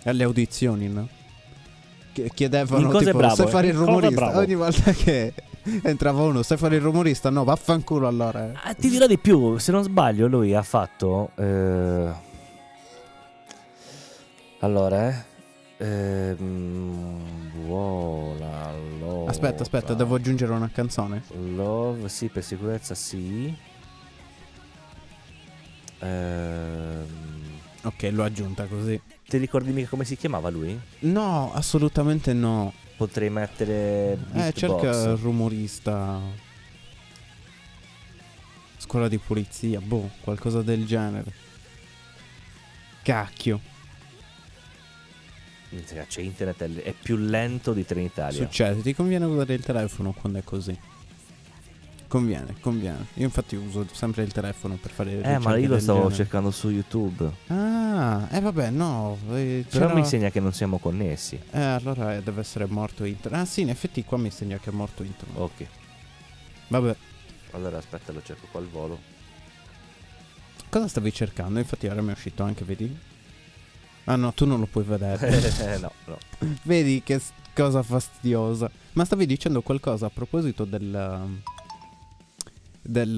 alle audizioni, no? Che
In
chiedevano
cosa è
tipo,
bravo,
sai
eh?
fare il
In cosa è
rumorista.
bravo?
Ogni volta che entrava uno, sai fare il rumorista? No, vaffanculo allora. eh.
Ah, ti dirò di più, se non sbaglio, lui ha fatto. eh, Allora, eh. Ehm, Buona. allora.
Aspetta, aspetta, devo aggiungere una canzone.
Love, sì, per sicurezza, sì. Ehm,
Ok, l'ho aggiunta così.
Ti ricordi mica come si chiamava lui?
No, assolutamente no.
Potrei mettere.
Eh,
Beatbox.
cerca il rumorista. Scuola di polizia, boh, qualcosa del genere. Cacchio,
Minchia, Cioè, C'è internet, è- è più lento di Trenitalia.
succede, ti conviene usare il telefono quando è così. Conviene, conviene. Io infatti uso sempre il telefono per fare
eh, ma
ricerche
io lo
del
stavo
genere.
cercando su YouTube.
Ah, eh vabbè, no. eh,
Però
c'era-
mi insegna che non siamo connessi.
Eh, allora eh, deve essere morto internet. Ah sì, in effetti qua mi segna che è morto internet.
Ok.
Vabbè,
Allora aspetta, lo cerco qua al
<laughs>
volo.
cosa stavi cercando? Infatti ora mi è uscito anche, vedi? Ah no, tu non lo puoi vedere.
<laughs> Eh, no, no.
Vedi che s- cosa fastidiosa. Ma stavi dicendo qualcosa a proposito del. um, del.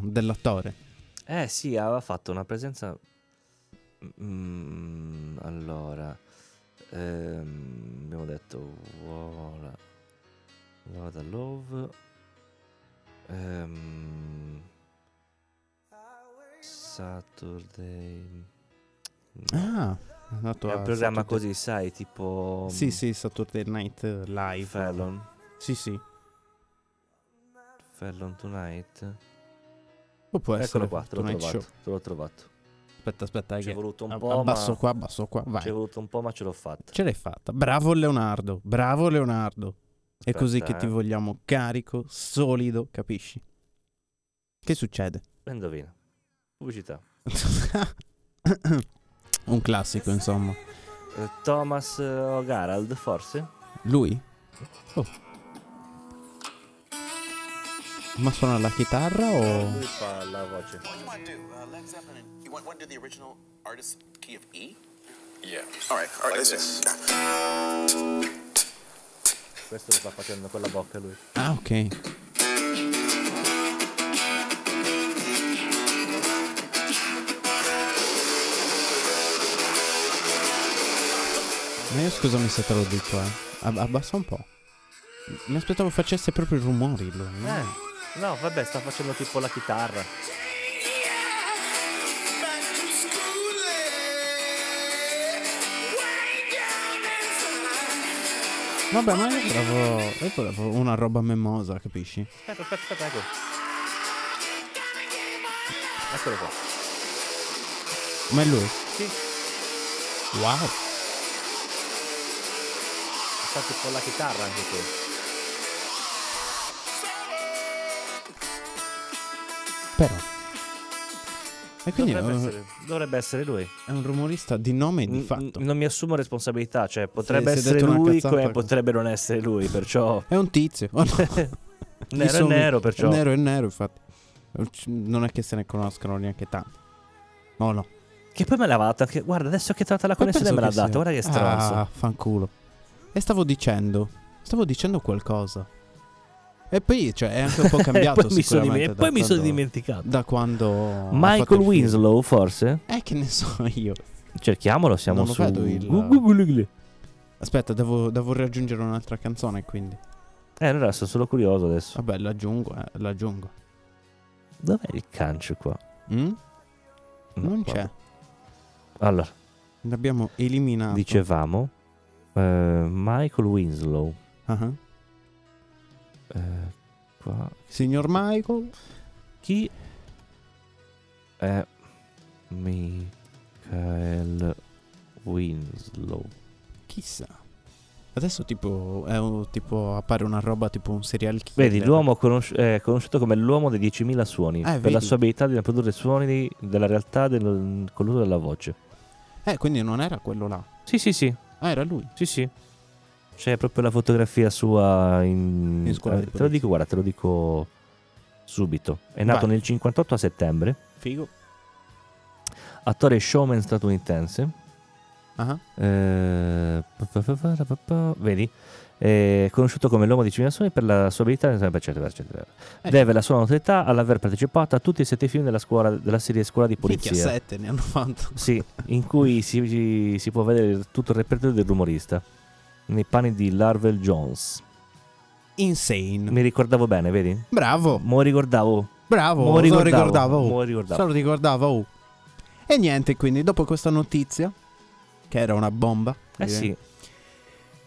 uh, dell'attore.
Eh sì, aveva fatto una presenza... Mm, allora... Ehm, abbiamo detto Walla Wada Love. Ehm, Saturday. No,
Ah, è andato
è
a
un programma
Saturday-
così, sai, tipo. mm,
Sì, sì, Saturday Night Live.
Fallon.
Sì, sì.
Fallon Tonight.
O può essere
Eccolo qua, te l'ho
Tonight
trovato.
Show.
Te l'ho trovato.
Aspetta, aspetta,
Ci è
che
voluto un
ab-
po'.
abbasso
ma...
qua, abbasso qua, vai.
Ci è voluto un po', ma ce l'ho fatta.
Ce l'hai fatta. Bravo Leonardo, bravo Leonardo. È
Aspetta,
così che ti
eh.
vogliamo carico, solido, capisci? Che succede? <laughs>
Indovina. Pubblicità.
Un classico, insomma.
Eh, Thomas eh, O'Garald, forse?
Lui? Oh. Ma suona la chitarra
Lui
o...
fa la voce.
Well, you want to do uh, Led Zeppelin? You want, want to do the original artist key of E? Yeah. All right. All right. listen.
Questo lo sta facendo con la bocca lui.
Ah, ok. Ma io scusami se te lo dico, eh. Ab- abbassa un po'. Mi aspettavo facesse proprio i rumori lui. no?
Eh, no, vabbè, sta facendo tipo la chitarra.
Vabbè, ma io volevo, io volevo una roba memosa, capisci?
Aspetta, aspetta, aspetta, ecco. Eccolo qua.
Ma è lui?
Sì,
Wow.
sta tipo la chitarra anche qui.
Però. E quindi
Dovrebbe,
eh,
essere, dovrebbe essere lui.
è un rumorista di nome e di
N-
fatto.
n- non mi assumo responsabilità, cioè potrebbe
se hai
essere
detto una
lui
cazzata-
come potrebbe non essere lui, perciò...
È un tizio. Oh, no. Gli
nero è
sommi-
nero, perciò...
È nero è nero, infatti. Non è che se ne conoscano neanche tanti. No, no.
Che poi me l'ha data, che- guarda adesso che è tornata la connessione me l'ha data, guarda che stronzo.
Ah, fanculo. E stavo dicendo, stavo dicendo qualcosa. E poi, cioè, è anche
<laughs>
un po' cambiato
e Eh, poi mi sono,
sicuramente da
dime- poi mi sono
quando-
dimenticato.
Da quando... ha fatto
Michael
il film.
Winslow, forse?
Eh, che ne so io.
Cerchiamolo, siamo
Non lo
su
vedo il-
Google.
Aspetta, devo, devo raggiungere un'altra canzone, quindi.
Eh, allora sono solo curioso adesso.
Vabbè, l'aggiungo, eh, l'aggiungo.
Dov'è il cancio qua?
Mm?
No,
Non
vabbè.
c'è. Ah,
Allora,
L'abbiamo eliminato.
dicevamo eh, Michael Winslow.
Ah,
eh, qua.
Signor Michael.
Chi è Michael Winslow?
Chissà. Adesso tipo, è un- tipo appare una roba tipo un serial killer.
Vedi, l'uomo conosci- eh, è conosciuto come l'uomo dei 10.000 suoni per
vedi.
la sua abilità di produrre suoni della realtà del- con l'uso della voce.
Eh, quindi non era quello là.
Sì, sì, sì.
Ah, era lui.
Sì, sì. C'è proprio la fotografia sua in...
In scuola di
Eh, te lo
polizia.
dico, guarda, te lo dico subito. È nato
Vai.
nel 58 a settembre,
Figo.
attore e showman statunitense.
Ah,
Eh, pa- pa- pa- pa- pa- pa- Vedi? È conosciuto come l'uomo di Ciminassoni per la sua abilità, eccetera, eccetera.
Eh.
Deve la sua notorietà all'aver partecipato a tutti e sette i film della, scuola, della serie Scuola di
Minchia,
Polizia.
sette ne hanno fatto.
Sì, in cui si, si può vedere tutto il repertorio del rumorista nei panni di Larvel Jones.
Insane.
Mi ricordavo bene, vedi?
Bravo,
Mo ricordavo.
bravo.
Mo
se lo
ricordavo,
ricordavo. oh.
mo ricordavo.
Se lo ricordavo. oh. E niente, quindi, dopo questa notizia, che era una bomba,
Eh sì,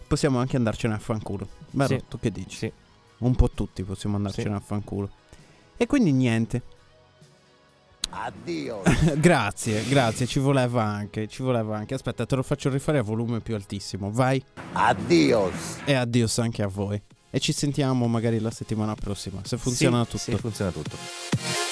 possiamo anche andarcene a fanculo. Vero?
Sì.
Tu che dici?
Sì.
Un po' tutti possiamo andarcene a fanculo. E quindi niente.
Addio.
<laughs> Grazie, grazie, ci voleva anche, ci voleva anche. Aspetta, te lo faccio rifare a volume più altissimo. Vai
Adios.
e addios anche a voi. E ci sentiamo magari la settimana prossima, se funziona
Sì,
tutto.
sì, funziona tutto.